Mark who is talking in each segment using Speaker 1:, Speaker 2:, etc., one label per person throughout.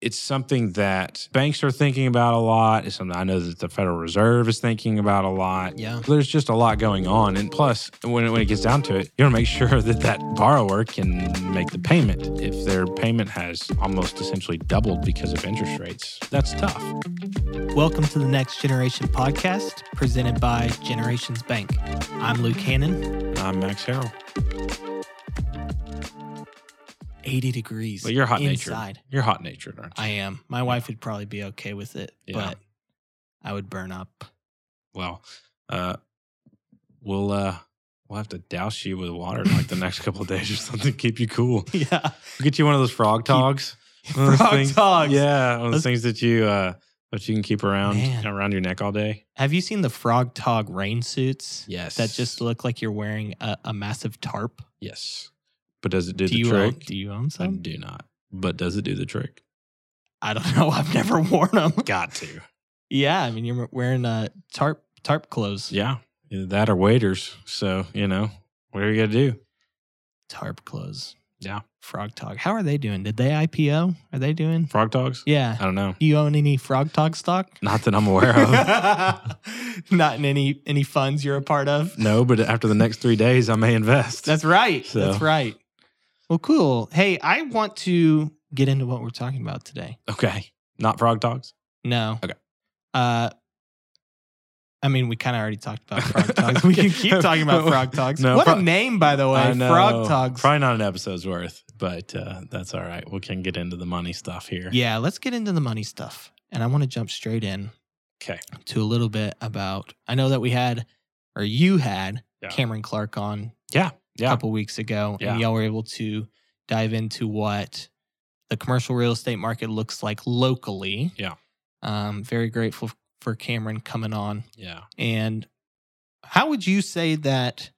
Speaker 1: it's something that banks are thinking about a lot. It's something I know that the Federal Reserve is thinking about a lot.
Speaker 2: Yeah.
Speaker 1: There's just a lot going on. And plus, when it, when it gets down to it, you want to make sure that that borrower can make the payment. If their payment has almost essentially doubled because of interest rates, that's tough.
Speaker 2: Welcome to the Next Generation podcast presented by Generations Bank. I'm Luke Cannon.
Speaker 1: I'm Max Harrell.
Speaker 2: 80 degrees.
Speaker 1: But you're hot
Speaker 2: inside.
Speaker 1: natured. You're hot natured, aren't you?
Speaker 2: I am. My wife would probably be okay with it,
Speaker 1: Yeah.
Speaker 2: but I would burn up.
Speaker 1: well, uh, we'll uh, we'll have to douse you with water in like the next couple of days or something. Keep you cool.
Speaker 2: yeah.
Speaker 1: We'll get you one of those frog togs. One of those
Speaker 2: Frog
Speaker 1: things-
Speaker 2: togs.
Speaker 1: Yeah, one of those
Speaker 2: Let's-
Speaker 1: things that you uh, that you can keep around
Speaker 2: Man.
Speaker 1: around your neck all day.
Speaker 2: Have you seen the frog tog rain suits
Speaker 1: Yes,
Speaker 2: that just look like you're wearing a, a massive tarp?
Speaker 1: yes. But does it do,
Speaker 2: Do
Speaker 1: the
Speaker 2: you own,
Speaker 1: trick?
Speaker 2: do you own
Speaker 1: I
Speaker 2: some?
Speaker 1: do not. But does it do the trick?
Speaker 2: I don't know. I've never worn them.
Speaker 1: Got to.
Speaker 2: Yeah, I mean you're wearing uh, tarp tarp clothes.
Speaker 1: Yeah, either that or waiters. So you know, what are you gonna do?
Speaker 2: Tarp clothes.
Speaker 1: Yeah.
Speaker 2: Frog Talk. How are they doing? Did they IPO? Are they doing?
Speaker 1: Frog dogs?
Speaker 2: Yeah.
Speaker 1: I don't know.
Speaker 2: Do you own any Frog Talk stock?
Speaker 1: Not that I'm aware of.
Speaker 2: Not in any any funds you're a part of.
Speaker 1: no, but after the next three days, I may invest.
Speaker 2: That's right.
Speaker 1: So-
Speaker 2: That's right. Well, cool. Hey, I want to get into what we're talking about today.
Speaker 1: okay. Not frog dogs.
Speaker 2: No.
Speaker 1: Okay.
Speaker 2: Uh I mean, we kind of already talked about frog talks. We can keep talking about frog talks.
Speaker 1: No,
Speaker 2: what
Speaker 1: fro-
Speaker 2: a name, by the way,
Speaker 1: I
Speaker 2: frog
Speaker 1: know.
Speaker 2: talks.
Speaker 1: Probably not an episode's worth, but uh, that's all right. We can get into the money stuff here.
Speaker 2: Yeah, let's get into the money stuff. And I want to jump straight in.
Speaker 1: 'Kay.
Speaker 2: To a little bit about I know that we had or you had
Speaker 1: Yeah.
Speaker 2: Cameron Clark on
Speaker 1: Yeah.
Speaker 2: a
Speaker 1: Yeah.
Speaker 2: couple weeks ago
Speaker 1: Yeah.
Speaker 2: and y'all were able to dive into what the commercial real estate market looks like locally.
Speaker 1: Yeah.
Speaker 2: Um very grateful f- for Cameron coming on.
Speaker 1: Yeah.
Speaker 2: And how would you say that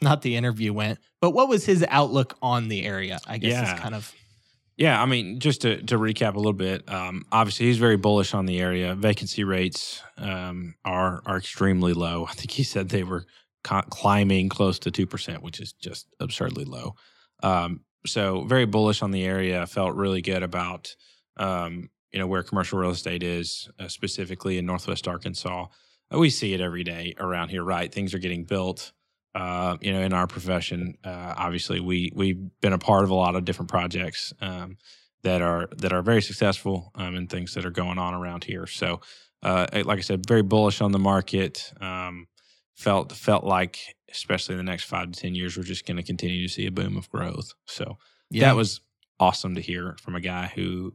Speaker 2: not the interview went, but what was his outlook on the area? I guess
Speaker 1: Yeah.
Speaker 2: is kind of
Speaker 1: Yeah, I mean, just to, to recap a little bit, um, obviously he's very bullish on the area. Vacancy rates um, are are extremely low. I think he said they were co- climbing close to two percent, which is just absurdly low. Um, so very bullish on the area. Felt really good about um, you know where commercial real estate is, uh, specifically in Northwest Arkansas. Uh, We see it every day around here, right? Things are getting built uh, you know, in our profession, uh, obviously we we've been a part of a lot of different projects um, that are that are very successful um, and things that are going on around here. So, uh, I- like I said, very bullish on the market. Um, felt felt like, especially in the next five to ten years, we're just going to continue to see a boom of growth. So
Speaker 2: yeah.
Speaker 1: that was awesome to hear from a guy who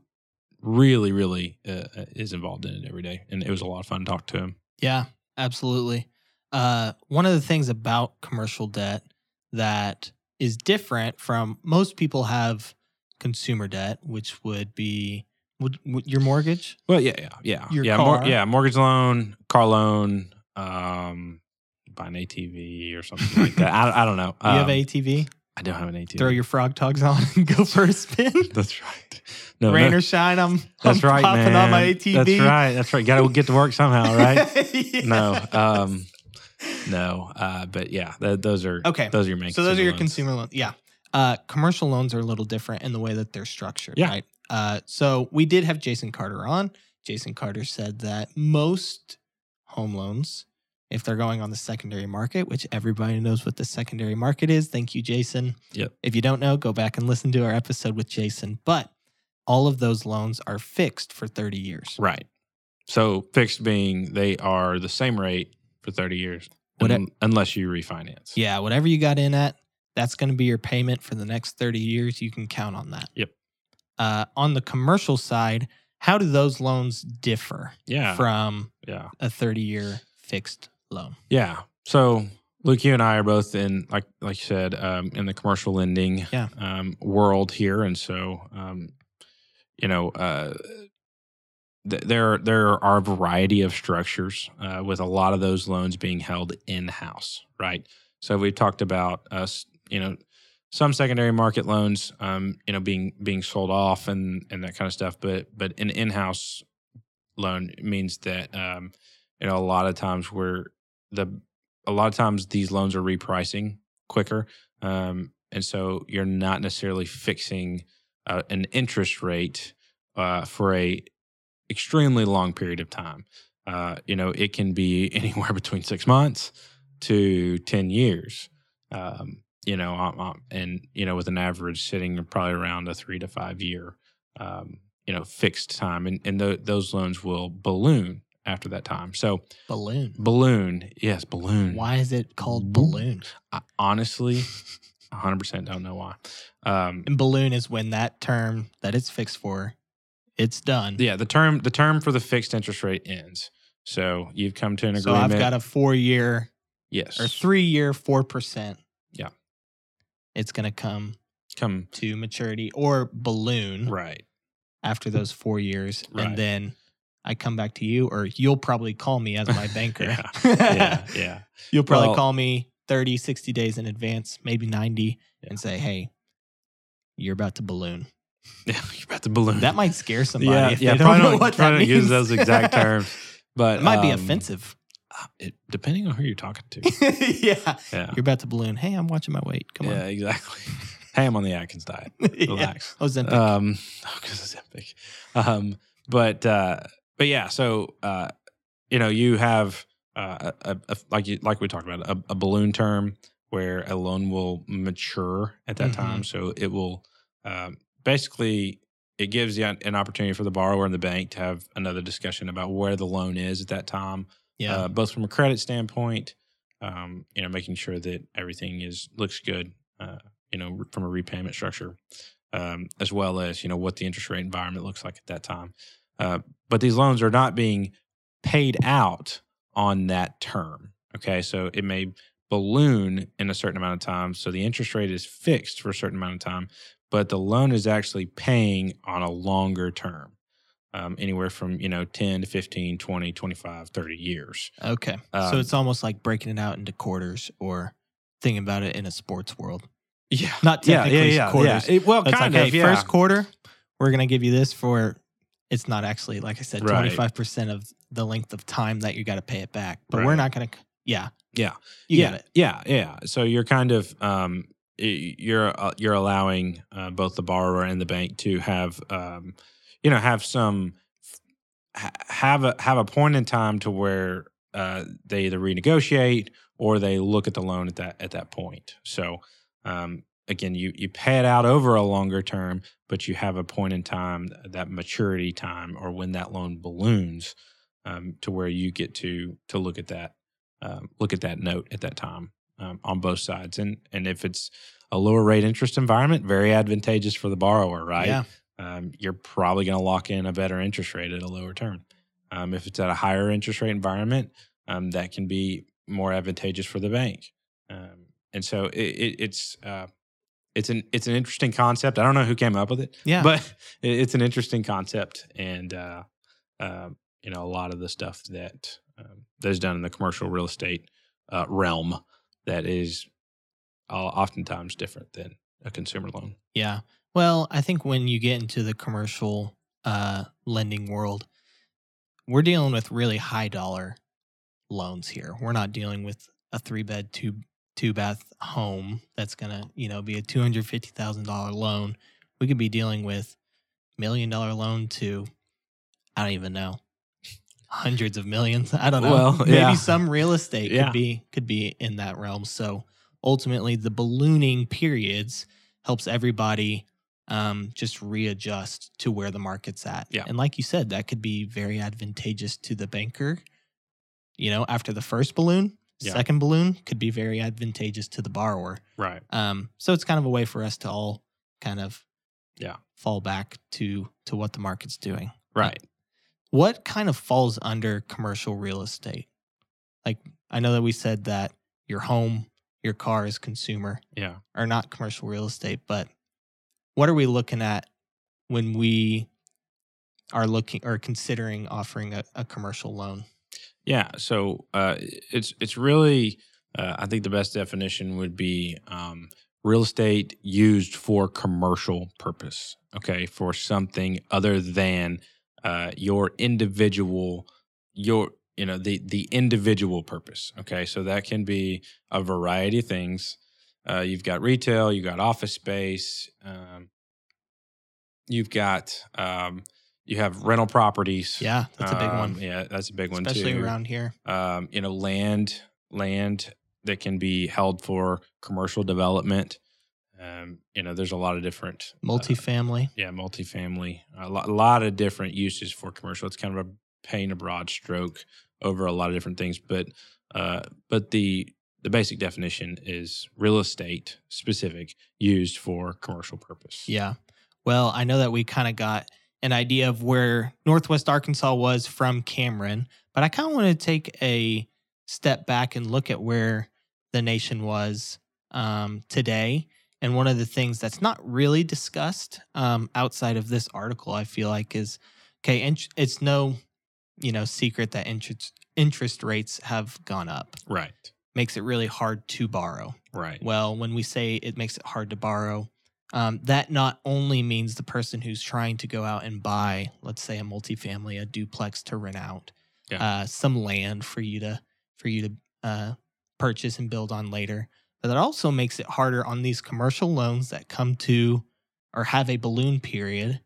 Speaker 1: really really uh, is involved in it every day, and it was a lot of fun to talk to him.
Speaker 2: Yeah, absolutely. Uh, one of the things about commercial debt that is different from most people have consumer debt, which would be would, would your mortgage.
Speaker 1: Well, yeah, yeah, yeah,
Speaker 2: Your
Speaker 1: yeah,
Speaker 2: car.
Speaker 1: yeah, mortgage loan, car loan, um, buy an ATV or something like that. I, I don't know.
Speaker 2: You have
Speaker 1: Um,
Speaker 2: ATV.
Speaker 1: I don't have an ATV.
Speaker 2: Throw your frog togs on and go for a spin.
Speaker 1: That's right. No,
Speaker 2: Rain
Speaker 1: no,
Speaker 2: or shine, I'm,
Speaker 1: that's
Speaker 2: I'm
Speaker 1: right,
Speaker 2: popping
Speaker 1: man.
Speaker 2: on my ATV.
Speaker 1: That's right. That's right. Got to get to work somehow, right?
Speaker 2: Yeah.
Speaker 1: No, um, no. Uh, but yeah, th- those are
Speaker 2: Okay.
Speaker 1: Those are your main.
Speaker 2: So those are your
Speaker 1: loans.
Speaker 2: consumer loans. Yeah. Uh, commercial loans are a little different in the way that they're structured,
Speaker 1: Yeah.
Speaker 2: right? Uh, so we did have Jason Carter on. Jason Carter said that most home loans, if they're going on the secondary market, which everybody knows what the secondary market is, thank you, Jason.
Speaker 1: Yep.
Speaker 2: If you don't know, go back and listen to our episode with Jason. But all of those loans are fixed for 30 years.
Speaker 1: Right. So fixed being they are the same rate for thirty years,
Speaker 2: What I-
Speaker 1: un- unless you refinance.
Speaker 2: Yeah, whatever you got in at, that's going to be your payment for the next 30 years. You can count on that.
Speaker 1: Yep.
Speaker 2: Uh, on the commercial side, how do those loans differ
Speaker 1: Yeah.
Speaker 2: from
Speaker 1: yeah.
Speaker 2: a 30 year fixed loan?
Speaker 1: Yeah. So Luke, you and I are both in like like you said, um, in the commercial lending
Speaker 2: Yeah.
Speaker 1: um, world here, and so um, you know uh, th- there there are a variety of structures uh, with a lot of those loans being held in house, right? So we've talked about us, you know, some secondary market loans, um, you know, being being sold off and and that kind of stuff, but but an in house loan means that um, you know a lot of times we're the a lot of times these loans are repricing quicker um, and so you're not necessarily fixing uh, an interest rate uh, for a extremely long period of time. Uh, you know, it can be anywhere between six months to ten years. Um, you know, um, um, and you know, with an average sitting probably around a three to five year, um, you know, fixed time, and and tho- those loans will balloon after that time. So
Speaker 2: Balloon.
Speaker 1: balloon, yes, balloon. Mm-hmm.
Speaker 2: Why is it called balloon?
Speaker 1: I honestly, hundred percent don't know why. Um,
Speaker 2: And balloon is when that term that it's fixed for, it's done.
Speaker 1: yeah, the term the term for the fixed interest rate ends. So you've come to an
Speaker 2: So
Speaker 1: agreement.
Speaker 2: I've got a four year
Speaker 1: yes,
Speaker 2: or three year four percent.
Speaker 1: Yeah.
Speaker 2: It's gonna come
Speaker 1: come
Speaker 2: to maturity or balloon
Speaker 1: right.
Speaker 2: after those four years.
Speaker 1: Right.
Speaker 2: And then I come back to you, or you'll probably call me as my banker.
Speaker 1: Yeah. Yeah, yeah.
Speaker 2: You'll probably
Speaker 1: Well-
Speaker 2: call me 30, 60 days in advance, maybe 90, and say, hey, you're about to balloon.
Speaker 1: Yeah, you're about to balloon.
Speaker 2: That might scare somebody
Speaker 1: Yeah,
Speaker 2: if
Speaker 1: yeah,
Speaker 2: they don't
Speaker 1: probably
Speaker 2: know
Speaker 1: don't-
Speaker 2: what
Speaker 1: probably
Speaker 2: that
Speaker 1: don't
Speaker 2: means.
Speaker 1: use those exact terms, but
Speaker 2: it might be
Speaker 1: um,
Speaker 2: offensive.
Speaker 1: uh, It, depending on who you're talking to.
Speaker 2: yeah.
Speaker 1: Yeah,
Speaker 2: You're about to balloon. Hey, I'm watching my weight. Come
Speaker 1: yeah, exactly. Hey, I'm on the Atkins diet.
Speaker 2: on. yeah.
Speaker 1: Relax.
Speaker 2: Ozempic.
Speaker 1: Um, because it's epic. Um, but uh, but yeah, so uh, you know, you have uh, a, a, like you, like we talked about a, a balloon term where a loan will mature at that
Speaker 2: Mhm.
Speaker 1: time, so it will um, basically it gives the, an opportunity for the borrower and the bank to have another discussion about where the loan is at that time
Speaker 2: yeah.
Speaker 1: uh, both from a credit standpoint, um, you know, making sure that everything is looks good, uh, you know, re- from a repayment structure, um, as well as you know what the interest rate environment looks like at that time. Uh, but these loans are not being paid out on that term. Okay, so it may balloon in a certain amount of time, so the interest rate is fixed for a certain amount of time, but the loan is actually paying on a longer term. Um, anywhere from you know 10 to 15 20 25 30 years
Speaker 2: okay.
Speaker 1: um,
Speaker 2: so it's almost like breaking it out into quarters or thinking about it in a sports world.
Speaker 1: Yeah.
Speaker 2: Not technically quarters.
Speaker 1: It- well,
Speaker 2: It's
Speaker 1: kind
Speaker 2: like,
Speaker 1: of.
Speaker 2: hey,
Speaker 1: Yeah.
Speaker 2: first quarter, we're gonna give you this for. It's not actually like I said,
Speaker 1: Right.
Speaker 2: twenty five percent of the length of time that you got to pay it back. But
Speaker 1: Right.
Speaker 2: we're not gonna. c- Yeah.
Speaker 1: Yeah.
Speaker 2: You
Speaker 1: yeah,
Speaker 2: got it.
Speaker 1: Yeah, yeah. So you're kind of um, y- you're uh, you're allowing uh, both the borrower and the bank to have um, you know have some ha- have a have a point in time to where uh, they either renegotiate or they look at the loan at that at that point. So um, again, you you pay it out over a longer term, but you have a point in time that maturity time or when that loan balloons um, to where you get to to look at that um, look at that note at that time um, on both sides. And and if it's a lower rate interest environment, very advantageous for the borrower, right?
Speaker 2: Yeah.
Speaker 1: Um, you're probably going to lock in a better interest rate at a lower term. Um, if it's at a higher interest rate environment, um, that can be more advantageous for the bank. Um, and so it, it, it's uh, it's an it's an interesting concept. I don't know who came up with it,
Speaker 2: Yeah.
Speaker 1: but it, it's an interesting concept, and uh, um, you know a lot of the stuff that um, that is done in the commercial real estate uh, realm that is uh, oftentimes different than a consumer loan.
Speaker 2: yeah. Well, I think when you get into the commercial uh, lending world, we're dealing with really high dollar loans here. We're not dealing with a three bed two two bath home that's gonna you know be a two hundred fifty thousand dollar loan. We could be dealing with million dollar loan to I don't even know hundreds of millions. I don't know.
Speaker 1: Well,
Speaker 2: Maybe
Speaker 1: yeah.
Speaker 2: some real estate
Speaker 1: Yeah.
Speaker 2: could be could be in that realm. So ultimately, the ballooning periods helps everybody um, just readjust to where the market's at.
Speaker 1: Yeah.
Speaker 2: And like you said, that could be very advantageous to the banker. You know, after the first balloon,
Speaker 1: Yeah.
Speaker 2: second balloon could be very advantageous to the borrower.
Speaker 1: Right.
Speaker 2: Um, so it's kind of a way for us to all kind of
Speaker 1: Yeah.
Speaker 2: fall back to to what the market's doing.
Speaker 1: Right.
Speaker 2: What kind of falls under commercial real estate? Like I know that we said that your home, your car is consumer
Speaker 1: Yeah.
Speaker 2: or not commercial real estate, but what are we looking at when we are looking or considering offering a, a commercial loan?
Speaker 1: Yeah. So uh, it's it's really uh, I think the best definition would be um, real estate used for commercial purpose. Okay, for something other than uh, your individual your you know the the individual purpose. Okay, so that can be a variety of things. Uh, you've got retail, you've got office space, um, you've got um, You have rental properties.
Speaker 2: Yeah, that's a big
Speaker 1: Um,
Speaker 2: one,
Speaker 1: Yeah, that's a big one too.
Speaker 2: especially around here.
Speaker 1: um, you know, land land that can be held for commercial development. Um, you know, there's a lot of different uh,
Speaker 2: Multifamily.
Speaker 1: yeah, multifamily, a lot, lot of different uses for commercial. It's kind of a paint a broad stroke over a lot of different things, but uh, but the the basic definition is real estate specific used for commercial purpose.
Speaker 2: Yeah. Well, I know that we kind of got an idea of where Northwest Arkansas was from Cameron, but I kind of want to take a step back and look at where the nation was um, today. And one of the things that's not really discussed um, outside of this article, I feel like, is okay. Int- it's no, you know, secret that interest interest rates have gone up.
Speaker 1: Right.
Speaker 2: Makes it really hard to borrow.
Speaker 1: Right.
Speaker 2: Well, when we say it makes it hard to borrow, um, that not only means the person who's trying to go out and buy, let's say, a multifamily, a duplex to rent out,
Speaker 1: Yeah.
Speaker 2: uh, some land for you to for you to uh, purchase and build on later, but that also makes it harder on these commercial loans that come to or have a balloon period.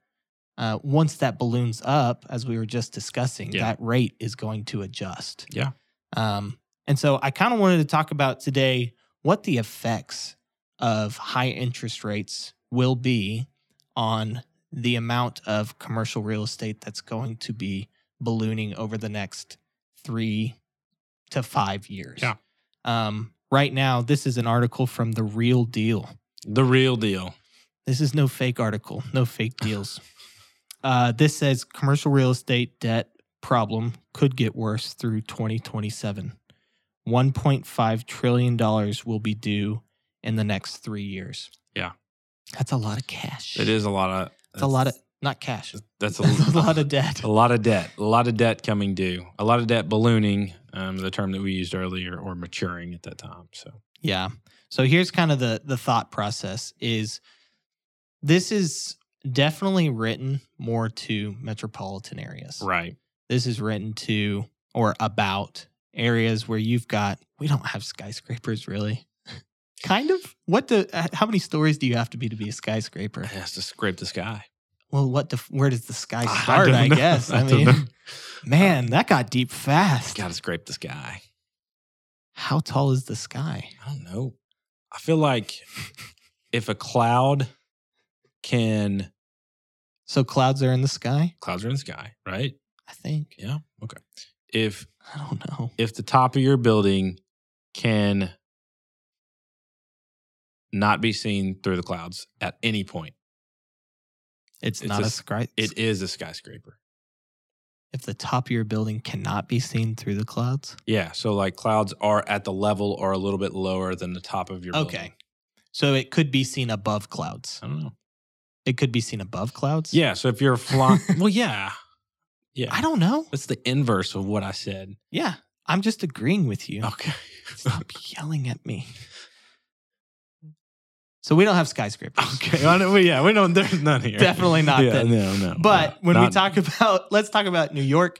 Speaker 2: Uh, once that balloons up, as we were just discussing,
Speaker 1: Yeah.
Speaker 2: that rate is going to adjust.
Speaker 1: Yeah.
Speaker 2: Um, and so I kind of wanted to talk about today what the effects of high interest rates will be on the amount of commercial real estate that's going to be ballooning over the next three to five years.
Speaker 1: Yeah.
Speaker 2: Um, right now, this is an article from The Real Deal.
Speaker 1: The real deal.
Speaker 2: This is no fake article, no fake deals. uh, this says commercial real estate debt problem could get worse through 2027. $1.5 trillion will be due in the next three years.
Speaker 1: Yeah.
Speaker 2: That's a lot of cash.
Speaker 1: It is a lot of.
Speaker 2: It's a lot of, not cash,
Speaker 1: That's a,
Speaker 2: that's a lot of debt.
Speaker 1: a lot of debt, a lot of debt coming due, a lot of debt ballooning, um, the term that we used earlier, or maturing at that time. So
Speaker 2: Yeah. So here's kind of the the thought process is this is definitely written more to metropolitan areas.
Speaker 1: right,
Speaker 2: This is written to or about areas where you've got we don't have skyscrapers really. kind of what the h- how many stories do you have to be to be a skyscraper?
Speaker 1: has to scrape the sky.
Speaker 2: Well, what def- where does the sky
Speaker 1: I
Speaker 2: start,
Speaker 1: don't
Speaker 2: I,
Speaker 1: know.
Speaker 2: guess. I,
Speaker 1: I don't
Speaker 2: mean,
Speaker 1: know.
Speaker 2: man, that got deep fast.
Speaker 1: Got to scrape the sky.
Speaker 2: How tall is the sky?
Speaker 1: I don't know. I feel like if a cloud can
Speaker 2: So clouds are in the sky,
Speaker 1: clouds are in the sky, right?
Speaker 2: I think.
Speaker 1: Yeah. Okay. If
Speaker 2: I don't know.
Speaker 1: if the top of your building can not be seen through the clouds at any point,
Speaker 2: It's,
Speaker 1: It's
Speaker 2: not
Speaker 1: a
Speaker 2: a,
Speaker 1: s-
Speaker 2: sky.
Speaker 1: it is a skyscraper.
Speaker 2: if the top of your building cannot be seen through the clouds.
Speaker 1: Yeah. So like clouds are at the level or a little bit lower than the top of your building.
Speaker 2: Okay. So it could be seen above clouds.
Speaker 1: I don't know.
Speaker 2: It could be seen above clouds.
Speaker 1: Yeah. So if you're flying, well, yeah. Yeah.
Speaker 2: I don't know.
Speaker 1: That's the inverse of what I said.
Speaker 2: Yeah. I'm just agreeing with you.
Speaker 1: Okay.
Speaker 2: Stop yelling at me. So we don't have skyscrapers.
Speaker 1: Okay. Well, no, well, yeah, we don't. There's none here.
Speaker 2: Definitely not
Speaker 1: Yeah,
Speaker 2: then.
Speaker 1: no, no.
Speaker 2: But when we
Speaker 1: Not-
Speaker 2: talk about, let's talk about New York,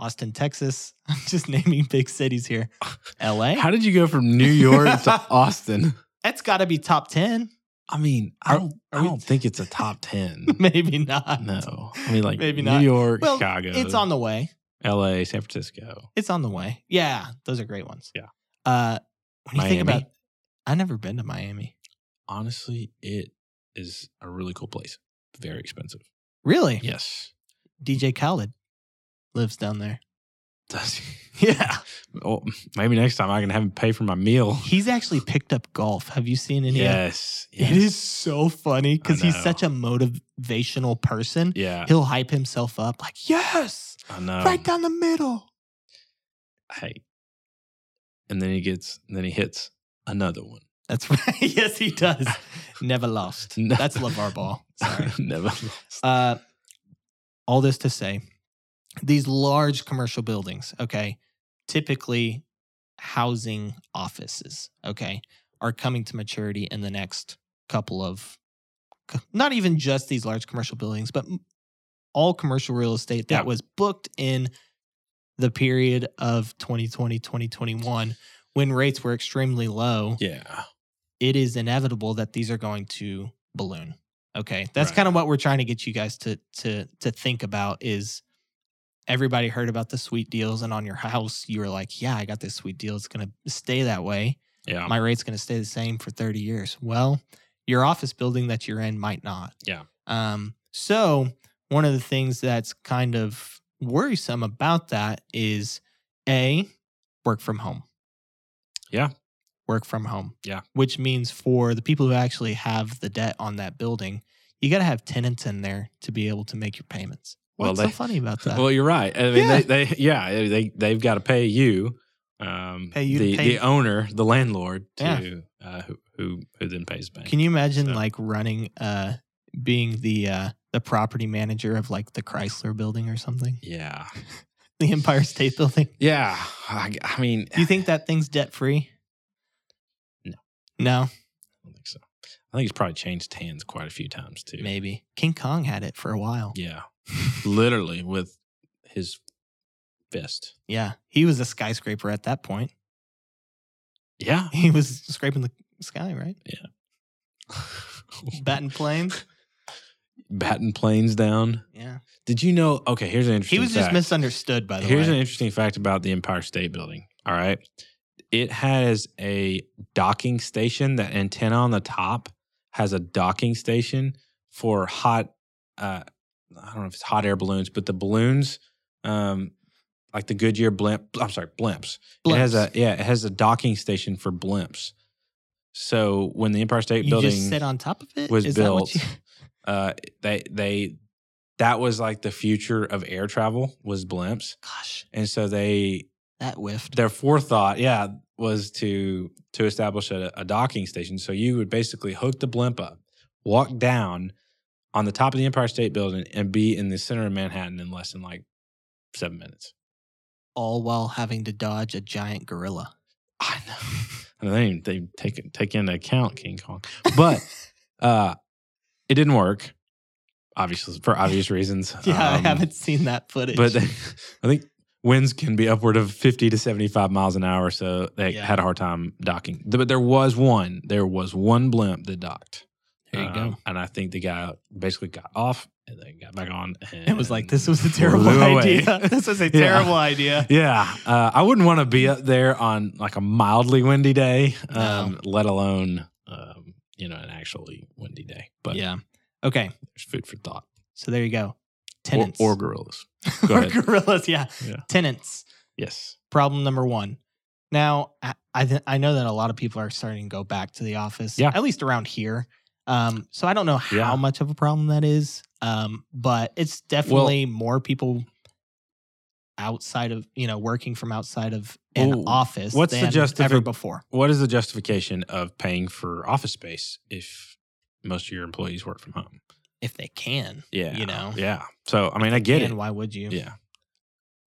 Speaker 2: Austin, Texas. I'm just naming big cities here. LA.
Speaker 1: how did you go from New York to Austin?
Speaker 2: That's got to be top 10.
Speaker 1: I mean, I
Speaker 2: Are-
Speaker 1: don't.
Speaker 2: are
Speaker 1: I
Speaker 2: we-
Speaker 1: don't think it's a top ten.
Speaker 2: Maybe not.
Speaker 1: no, I mean like maybe
Speaker 2: Maybe not.
Speaker 1: New York,
Speaker 2: Well,
Speaker 1: Chicago.
Speaker 2: It's on the way.
Speaker 1: L.A., San Francisco.
Speaker 2: It's on the way. Yeah, those are great ones.
Speaker 1: Yeah.
Speaker 2: Uh, when you think
Speaker 1: Miami.
Speaker 2: about, I've never been to Miami.
Speaker 1: Honestly, it is a really cool place. Very expensive.
Speaker 2: Really?
Speaker 1: Yes.
Speaker 2: DJ Khaled lives down there.
Speaker 1: Does
Speaker 2: Yeah.
Speaker 1: well, Oh, maybe next time I can have him pay for my meal.
Speaker 2: He's actually picked up golf. Have you seen any? of-
Speaker 1: Yes, yes.
Speaker 2: It is so funny because
Speaker 1: I
Speaker 2: he's
Speaker 1: know.
Speaker 2: such a motivational person.
Speaker 1: Yeah, Oh.
Speaker 2: He'll hype himself up like, yes,
Speaker 1: I know.
Speaker 2: right down the middle.
Speaker 1: Hey, and then he gets, then he hits another one.
Speaker 2: That's right. yes, he does. Never lost.
Speaker 1: No.
Speaker 2: That's LeVar Ball. Sorry.
Speaker 1: Never.
Speaker 2: Uh, all this to say, these large commercial buildings, okay, typically housing offices, okay, are coming to maturity in the next couple of, not even just these large commercial buildings, but all commercial real estate
Speaker 1: Yeah.
Speaker 2: that was booked in the period of 2020, 2021, when rates were extremely low,
Speaker 1: Yeah.
Speaker 2: it is inevitable that these are going to balloon. Okay. That's
Speaker 1: Right.
Speaker 2: kind of what we're trying to get you guys to to to think about is everybody heard about the sweet deals and on your house you were like, "Yeah, I got this sweet deal. It's going to stay that way.
Speaker 1: Yeah.
Speaker 2: My rate's going to stay the same for 30 years." Well, your office building that you're in might not.
Speaker 1: Yeah.
Speaker 2: Um so one of the things that's kind of worrisome about that is a work from home.
Speaker 1: Yeah.
Speaker 2: Work from home.
Speaker 1: Yeah.
Speaker 2: Which means for the people who actually have the debt on that building, you got to have tenants in there to be able to make your payments.
Speaker 1: Well,
Speaker 2: What's
Speaker 1: they-
Speaker 2: so funny about that?
Speaker 1: well, you're right. I mean,
Speaker 2: Yeah.
Speaker 1: They, they, yeah, they they've got to pay you, um,
Speaker 2: Pay you to
Speaker 1: the
Speaker 2: pay-
Speaker 1: the owner, the landlord,
Speaker 2: Yeah.
Speaker 1: to uh, who, who who then pays the bank.
Speaker 2: Can you imagine
Speaker 1: So-
Speaker 2: like running uh being the uh the property manager of like the Chrysler building or something?
Speaker 1: yeah,
Speaker 2: The Empire State Building?
Speaker 1: yeah. I, I mean,
Speaker 2: Do you think that thing's debt free?
Speaker 1: No.
Speaker 2: No.
Speaker 1: I don't think so. I think it's probably changed hands quite a few times too.
Speaker 2: Maybe. King Kong had it for a while.
Speaker 1: Yeah, literally with his fist.
Speaker 2: Yeah. He was a skyscraper at that point.
Speaker 1: Yeah,
Speaker 2: He was scraping the sky, right?
Speaker 1: Batten
Speaker 2: Batting planes.
Speaker 1: batting planes down.
Speaker 2: Yeah.
Speaker 1: Did you know? Okay, here's an interesting.
Speaker 2: He was just
Speaker 1: fact.
Speaker 2: misunderstood by the
Speaker 1: Here's
Speaker 2: way.
Speaker 1: an interesting fact about the Empire State Building. All right. It has a docking station. That antenna on the top has a docking station for hot, uh, I don't know if it's hot air balloons, but the balloons, um, like the Goodyear blimp, I'm sorry, blimps. It has a,
Speaker 2: Blimps.
Speaker 1: yeah, it has a docking station for blimps. So when the Empire State
Speaker 2: you
Speaker 1: Building
Speaker 2: just sit on top of it.
Speaker 1: was
Speaker 2: Is
Speaker 1: built.
Speaker 2: That what you,
Speaker 1: uh, they, they, that was like the future of air travel was blimps.
Speaker 2: gosh,
Speaker 1: And so they
Speaker 2: that whiffed.
Speaker 1: their forethought, yeah, was to to establish a, a docking station. So you would basically hook the blimp up, walk down on the top of the Empire State Building, and be in the center of Manhattan in less than like seven minutes.
Speaker 2: All while having to dodge a giant gorilla.
Speaker 1: I know. And they didn't even- they take it- take into account King Kong, but uh, it didn't work, obviously for obvious reasons.
Speaker 2: Yeah, I
Speaker 1: Um,
Speaker 2: haven't seen that footage.
Speaker 1: but they, I think winds can be upward of 50 to 75 miles an hour. So they
Speaker 2: Yeah.
Speaker 1: had a hard time docking. Th- But there was one, there was one blimp that docked.
Speaker 2: there you
Speaker 1: Um,
Speaker 2: go.
Speaker 1: And I think the guy basically got off and then got back on. And
Speaker 2: It was like this was a terrible
Speaker 1: blew away.
Speaker 2: idea. This was a
Speaker 1: Yeah.
Speaker 2: terrible idea.
Speaker 1: Yeah, uh, I wouldn't want to be up there on like a mildly windy day,
Speaker 2: No.
Speaker 1: um, let alone um, you know an actually windy day. But
Speaker 2: yeah. Okay.
Speaker 1: there's food for thought.
Speaker 2: So there you go.
Speaker 1: Or,
Speaker 2: Tenants
Speaker 1: or gorillas. go
Speaker 2: Or
Speaker 1: ahead.
Speaker 2: gorillas. Yeah.
Speaker 1: Yeah.
Speaker 2: Tenants.
Speaker 1: Yes.
Speaker 2: problem number one. Now, I I, th- I know that a lot of people are starting to go back to the office,
Speaker 1: Yeah.
Speaker 2: at least around here. Um, so I don't know how
Speaker 1: Yeah.
Speaker 2: much of a problem that is, um, but it's definitely more people outside of you know working from outside of an
Speaker 1: Ooh,
Speaker 2: office.
Speaker 1: what's the
Speaker 2: than ever
Speaker 1: justific-
Speaker 2: before?
Speaker 1: What is the justification of paying for office space if most of your employees work from home?
Speaker 2: If they can,
Speaker 1: Yeah.
Speaker 2: you know,
Speaker 1: Yeah. So, I mean, I get
Speaker 2: and
Speaker 1: it.
Speaker 2: why would you?
Speaker 1: Yeah.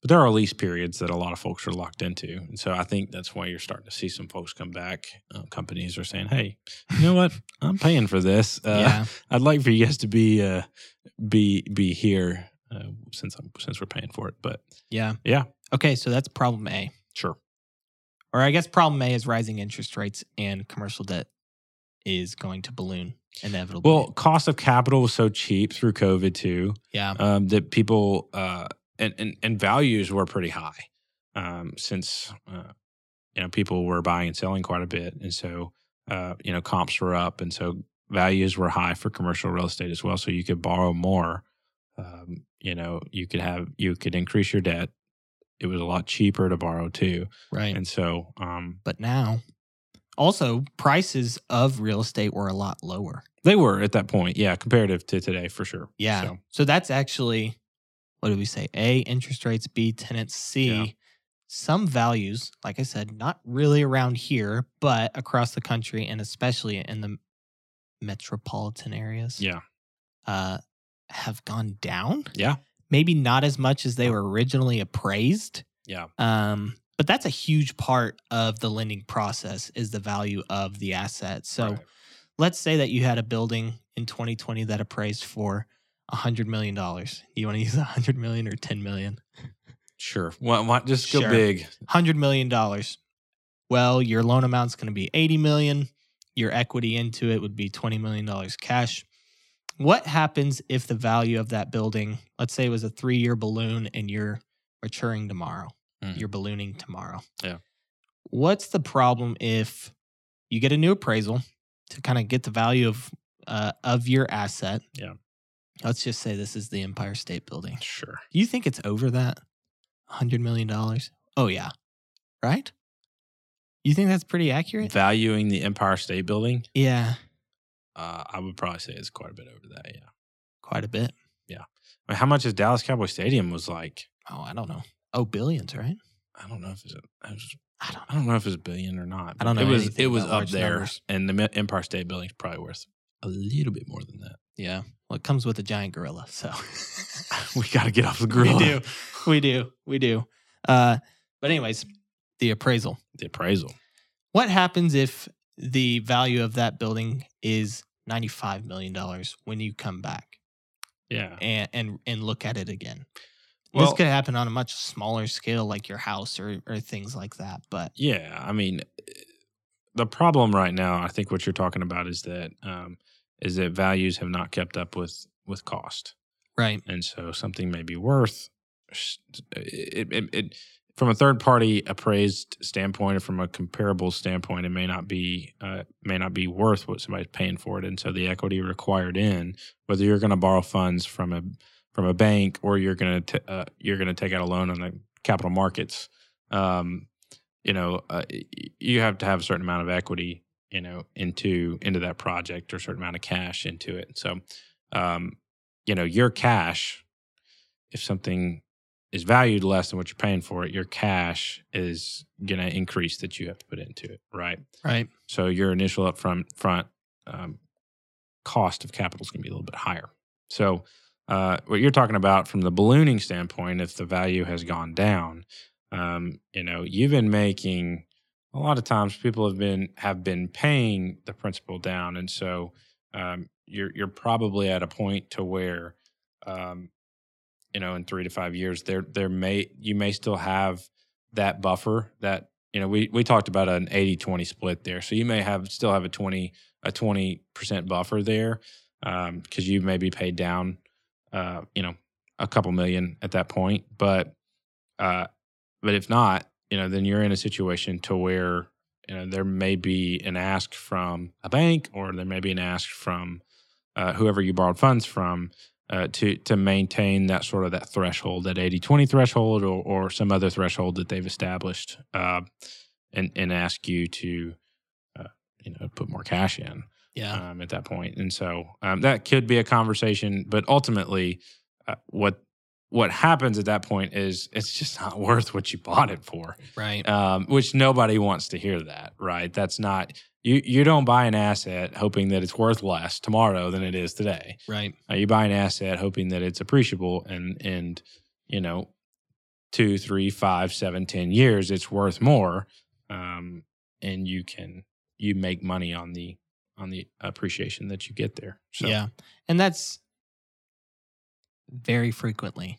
Speaker 1: But there are lease periods that a lot of folks are locked into. And so I think that's why you're starting to see some folks come back. Uh, companies are saying, hey, you know what? I'm paying for this. Uh,
Speaker 2: yeah,
Speaker 1: I'd like for you guys to be uh, be be here uh, since I'm, since we're paying for it. But
Speaker 2: yeah,
Speaker 1: yeah.
Speaker 2: Okay, so that's problem A,
Speaker 1: sure.
Speaker 2: or I guess problem A is rising interest rates and commercial debt is going to balloon inevitably.
Speaker 1: Well, cost of capital was so cheap through COVID too.
Speaker 2: yeah,
Speaker 1: um, that people uh, and, and and values were pretty high um, since uh, you know people were buying and selling quite a bit, and so uh, you know comps were up, and so values were high for commercial real estate as well. So you could borrow more. Um, you know, you could have you could increase your debt. It was a lot cheaper to borrow too,
Speaker 2: right.
Speaker 1: and so um,
Speaker 2: but now also prices of real estate were a lot lower
Speaker 1: they were at that point, yeah, comparative to today for sure.
Speaker 2: yeah so,
Speaker 1: So,
Speaker 2: that's actually what did we say a interest rates b tenants c
Speaker 1: Yeah.
Speaker 2: some values like i said not really around here but across the country and especially in the metropolitan areas
Speaker 1: yeah,
Speaker 2: uh, have gone down
Speaker 1: yeah,
Speaker 2: maybe not as much as they were originally appraised
Speaker 1: yeah,
Speaker 2: um, but that's a huge part of the lending process is the value of the asset so
Speaker 1: right.
Speaker 2: let's say that you had a building in 2020 that appraised for $100 million. You want to use $100 million or $10 million?
Speaker 1: sure. Why, why, just go
Speaker 2: Sure.
Speaker 1: big.
Speaker 2: $100 million. Well, your loan amount's going to be $80 million. Your equity into it would be $20 million cash. what happens if the value of that building, let's say it was a three year balloon and you're maturing tomorrow,
Speaker 1: Mm.
Speaker 2: you're ballooning tomorrow.
Speaker 1: Yeah.
Speaker 2: What's the problem if you get a new appraisal to kind of get the value of uh, of your asset?
Speaker 1: Yeah.
Speaker 2: Let's just say this is the Empire State Building.
Speaker 1: Sure.
Speaker 2: Do you think it's over that? $100 million? Oh, yeah. Right? You think that's pretty accurate?
Speaker 1: Valuing the Empire State Building,
Speaker 2: yeah,
Speaker 1: uh, I would probably say it's quite a bit over that. Yeah.
Speaker 2: quite a bit.
Speaker 1: I mean, how much is Dallas Cowboy Stadium was like?
Speaker 2: Oh, I don't know. Oh, billions, right?
Speaker 1: I don't know if it's. I was-
Speaker 2: I don't
Speaker 1: I don't know if it's a billion or not.
Speaker 2: I don't
Speaker 1: but
Speaker 2: know
Speaker 1: It was.
Speaker 2: anything
Speaker 1: It was
Speaker 2: about
Speaker 1: up
Speaker 2: large
Speaker 1: there,
Speaker 2: numbers.
Speaker 1: and the Mi- Empire State Building's probably worth a little bit more than that.
Speaker 2: Yeah. Well, it comes with a giant gorilla, so
Speaker 1: we got to get off the grill.
Speaker 2: we do, we do, we do. Uh, but anyways, the appraisal.
Speaker 1: the appraisal.
Speaker 2: What happens if the value of that building is ninety-five million dollars when you come back
Speaker 1: Yeah.
Speaker 2: and and, and look at it again?
Speaker 1: Well-
Speaker 2: this could happen on a much smaller scale, like your house or or things like that. But
Speaker 1: Yeah, I mean, the problem right now, I think what you're talking about is that um, is that values have not kept up with with cost,
Speaker 2: right,
Speaker 1: and so something may be worth uh, it, it, it from a third party appraised standpoint or from a comparable standpoint, it may not be uh, may not be worth what somebody's paying for it, and so the equity required in whether you're going to borrow funds from a from a bank or you're going to uh, you're going to take out a loan on the capital markets. Um, you know, uh, y- y- you have to have a certain amount of equity, you know, into into that project or a certain amount of cash into it. So, um, you know, your cash, if something is valued less than what you're paying for it, your cash is going to increase that you have to put into it, right?
Speaker 2: right,
Speaker 1: So your initial upfront front um, cost of capital is going to be a little bit higher. So uh, what you're talking about from the ballooning standpoint, if the value has gone down, um, you know, you've been making a lot of times people have been have been paying the principal down, and so um, you're you're probably at a point to where um, you know in three to five years there there may you may still have that buffer that you know we we talked about an 80-20 split there so you may have still have a 20 a 20% buffer there because you may be paid down uh you know a couple million at that point but uh but if not you know then you're in a situation to where you know there may be an ask from a bank or there may be an ask from uh, whoever you borrowed funds from uh, to to maintain that sort of that threshold, that 80-20 threshold, or or some other threshold that they've established, uh, and and ask you to, uh, you know, put more cash in
Speaker 2: yeah,
Speaker 1: um, at that point. And so um, that could be a conversation, but ultimately, uh, what what happens at that point is it's just not worth what you bought it for
Speaker 2: right,
Speaker 1: um, which nobody wants to hear that, right? That's not you. You don't buy an asset hoping that it's worth less tomorrow than it is today.
Speaker 2: right,
Speaker 1: Uh, you buy an asset hoping that it's appreciable, and and you know, two, three, five, seven, ten years, it's worth more, um, and you can you make money on the on the appreciation that you get there. So,
Speaker 2: yeah, and that's very frequently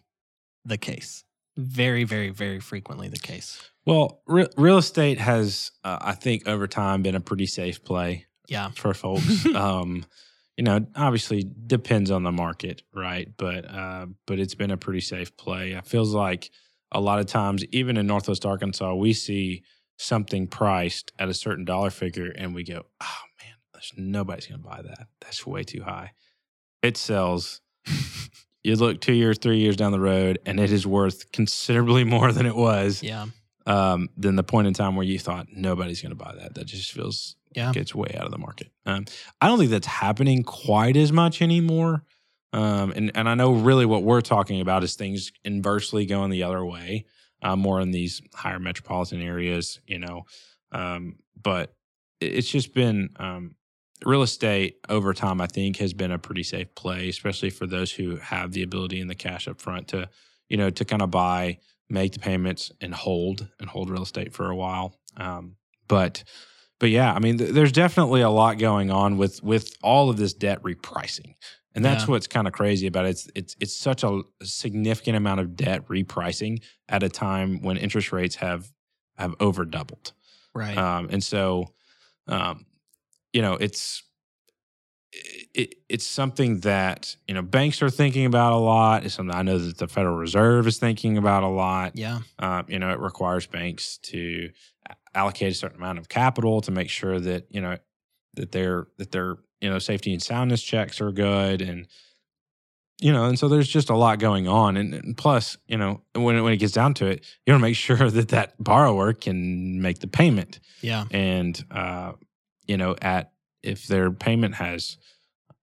Speaker 2: the case. Very, very, very frequently the case.
Speaker 1: Well, re- real estate has, uh, I think, over time been a pretty safe play.
Speaker 2: Yeah.
Speaker 1: for folks. um, you know, obviously depends on the market, right? But uh, but it's been a pretty safe play. It feels like a lot of times, even in Northwest Arkansas, we see something priced at a certain dollar figure, and we go, "Oh man, there's nobody's going to buy that. That's way too high." It sells. you look two years, three years down the road, and it is worth considerably more than it was
Speaker 2: Yeah.
Speaker 1: um, than the point in time where you thought nobody's going to buy that. That just feels
Speaker 2: Yeah.
Speaker 1: gets way out of the market. Um, I don't think that's happening quite as much anymore. Um, and and I know really what we're talking about is things inversely going the other way, uh, more in these higher metropolitan areas, you know. Um, but it- it's just been um, real estate over time. I think has been a pretty safe play, especially for those who have the ability and the cash up front to, you know, to kind of buy make the payments and hold and hold real estate for a while. Um, but but yeah, I mean, th- there's definitely a lot going on with with all of this debt repricing, and that's
Speaker 2: Yeah.
Speaker 1: what's kind of crazy about it. It's it's it's such a significant amount of debt repricing at a time when interest rates have have over doubled.
Speaker 2: Uh, Right.
Speaker 1: Um, and so, um, you know, it's it, it's something that you know banks are thinking about a lot. It's something I know that the Federal Reserve is thinking about a lot.
Speaker 2: Yeah.
Speaker 1: Um, you know, it requires banks to a- allocate a certain amount of capital to make sure that you know that their that their you know safety and soundness checks are good and you know and so there's just a lot going on and, and plus you know when it, when it gets down to it you want to make sure that that borrower can make the payment
Speaker 2: Yeah.
Speaker 1: and uh, you know at if their payment has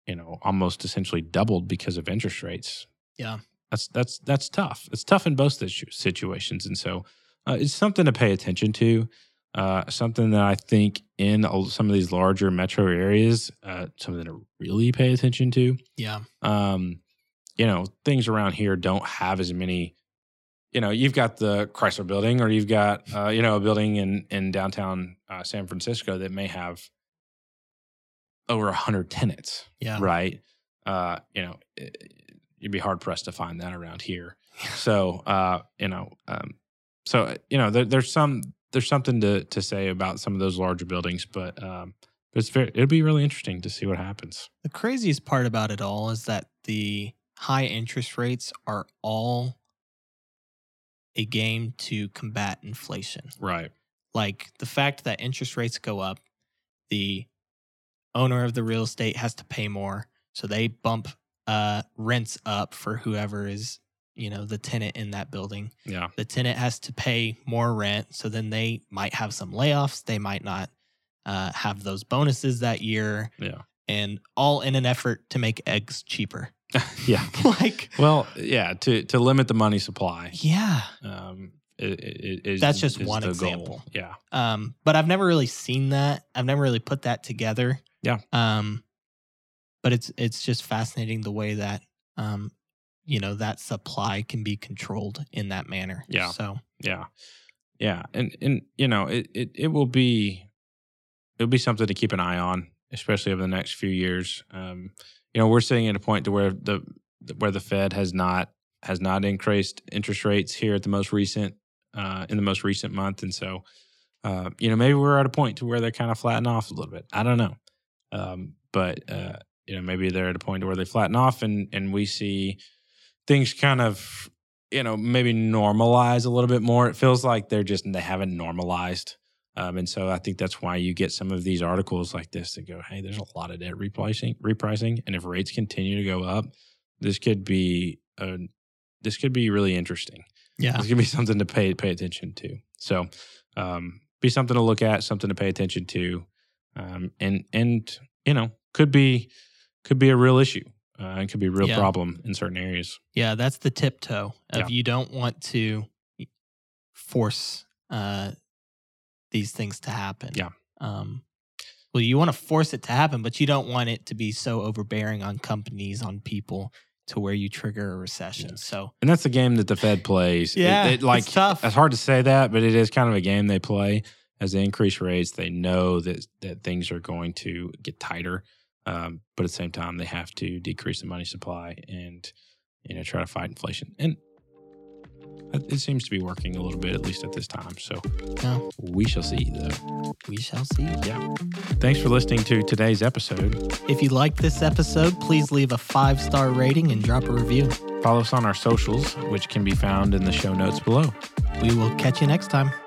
Speaker 1: you know almost essentially doubled because of interest rates
Speaker 2: Yeah.
Speaker 1: that's that's that's tough it's tough in both situ- situations and so uh, it's something to pay attention to uh, something that i think in a- some of these larger metro areas uh, something to really pay attention to
Speaker 2: Yeah.
Speaker 1: um, you know, things around here don't have as many. You know, you've got the Chrysler Building, or you've got uh, you know a building in in downtown uh, San Francisco that may have over hundred tenants,
Speaker 2: Yeah.
Speaker 1: right? Uh, you know, it, you'd be hard pressed to find that around here. So, uh, you know, um, so uh, you know, there, there's some there's something to to say about some of those larger buildings, but um, it's very it'd be really interesting to see what happens.
Speaker 2: The craziest part about it all is that the high interest rates are all a game to combat inflation.
Speaker 1: Right.
Speaker 2: Like the fact that interest rates go up, the owner of the real estate has to pay more, so they bump uh, rents up for whoever is, you know, the tenant in that building.
Speaker 1: Yeah.
Speaker 2: the tenant has to pay more rent. So then they might have some layoffs. They might not uh, have those bonuses that year,
Speaker 1: Yeah.
Speaker 2: and all in an effort to make eggs cheaper.
Speaker 1: yeah.
Speaker 2: like,
Speaker 1: Well, yeah, to to limit the money supply.
Speaker 2: yeah.
Speaker 1: Um, i- i- i- is,
Speaker 2: That's just
Speaker 1: is
Speaker 2: one
Speaker 1: the goal.
Speaker 2: example.
Speaker 1: Yeah,
Speaker 2: Um, but I've never really seen that. I've never really put that together.
Speaker 1: Yeah.
Speaker 2: Um, but it's it's just fascinating the way that um, you know, that supply can be controlled in that manner.
Speaker 1: Yeah.
Speaker 2: So
Speaker 1: yeah, yeah, and and you know it it, it will be it'll be something to keep an eye on, especially over the next few years. Um, you know, we're sitting at a point to where the where the Fed has not has not increased interest rates here at the most recent uh, in the most recent month, and so uh, you know maybe we're at a point to where they're kind of flatten off a little bit. I don't know, um, but uh, you know maybe they're at a point to where they flatten off, and and we see things kind of you know maybe normalize a little bit more. It feels like they're just they haven't normalized. Um, and so I think that's why you get some of these articles like this that go, "Hey, there's a lot of debt repricing, repricing, and if rates continue to go up, this could be a, this could be really interesting.
Speaker 2: yeah.
Speaker 1: This could be something to pay pay attention to. So, um, be something to look at, something to pay attention to, um, and and you know could be could be a real issue uh, and could be a real
Speaker 2: Yeah.
Speaker 1: problem in certain areas.
Speaker 2: Yeah, that's the tiptoe of
Speaker 1: Yeah.
Speaker 2: you don't want to force uh, these things to happen.
Speaker 1: Yeah.
Speaker 2: Um, well, you want to force it to happen, but you don't want it to be so overbearing on companies, on people, to where you trigger a recession.
Speaker 1: Yes.
Speaker 2: So
Speaker 1: And that's the game that the Fed plays. It-
Speaker 2: yeah,
Speaker 1: it, like
Speaker 2: it's tough.
Speaker 1: It's hard to say that, but it is kind of a game they play. As they increase rates, they know that that things are going to get tighter. Um, but at the same time, they have to decrease the money supply and you know try to fight inflation. And it it seems to be working a little bit, at least at this time. So
Speaker 2: Yeah.
Speaker 1: we shall see. Though.
Speaker 2: we shall see.
Speaker 1: Thanks for listening to today's episode.
Speaker 2: If you liked this episode, please leave a five star rating and drop a review.
Speaker 1: Follow us on our socials, which can be found in the show notes below.
Speaker 2: We will catch you next time.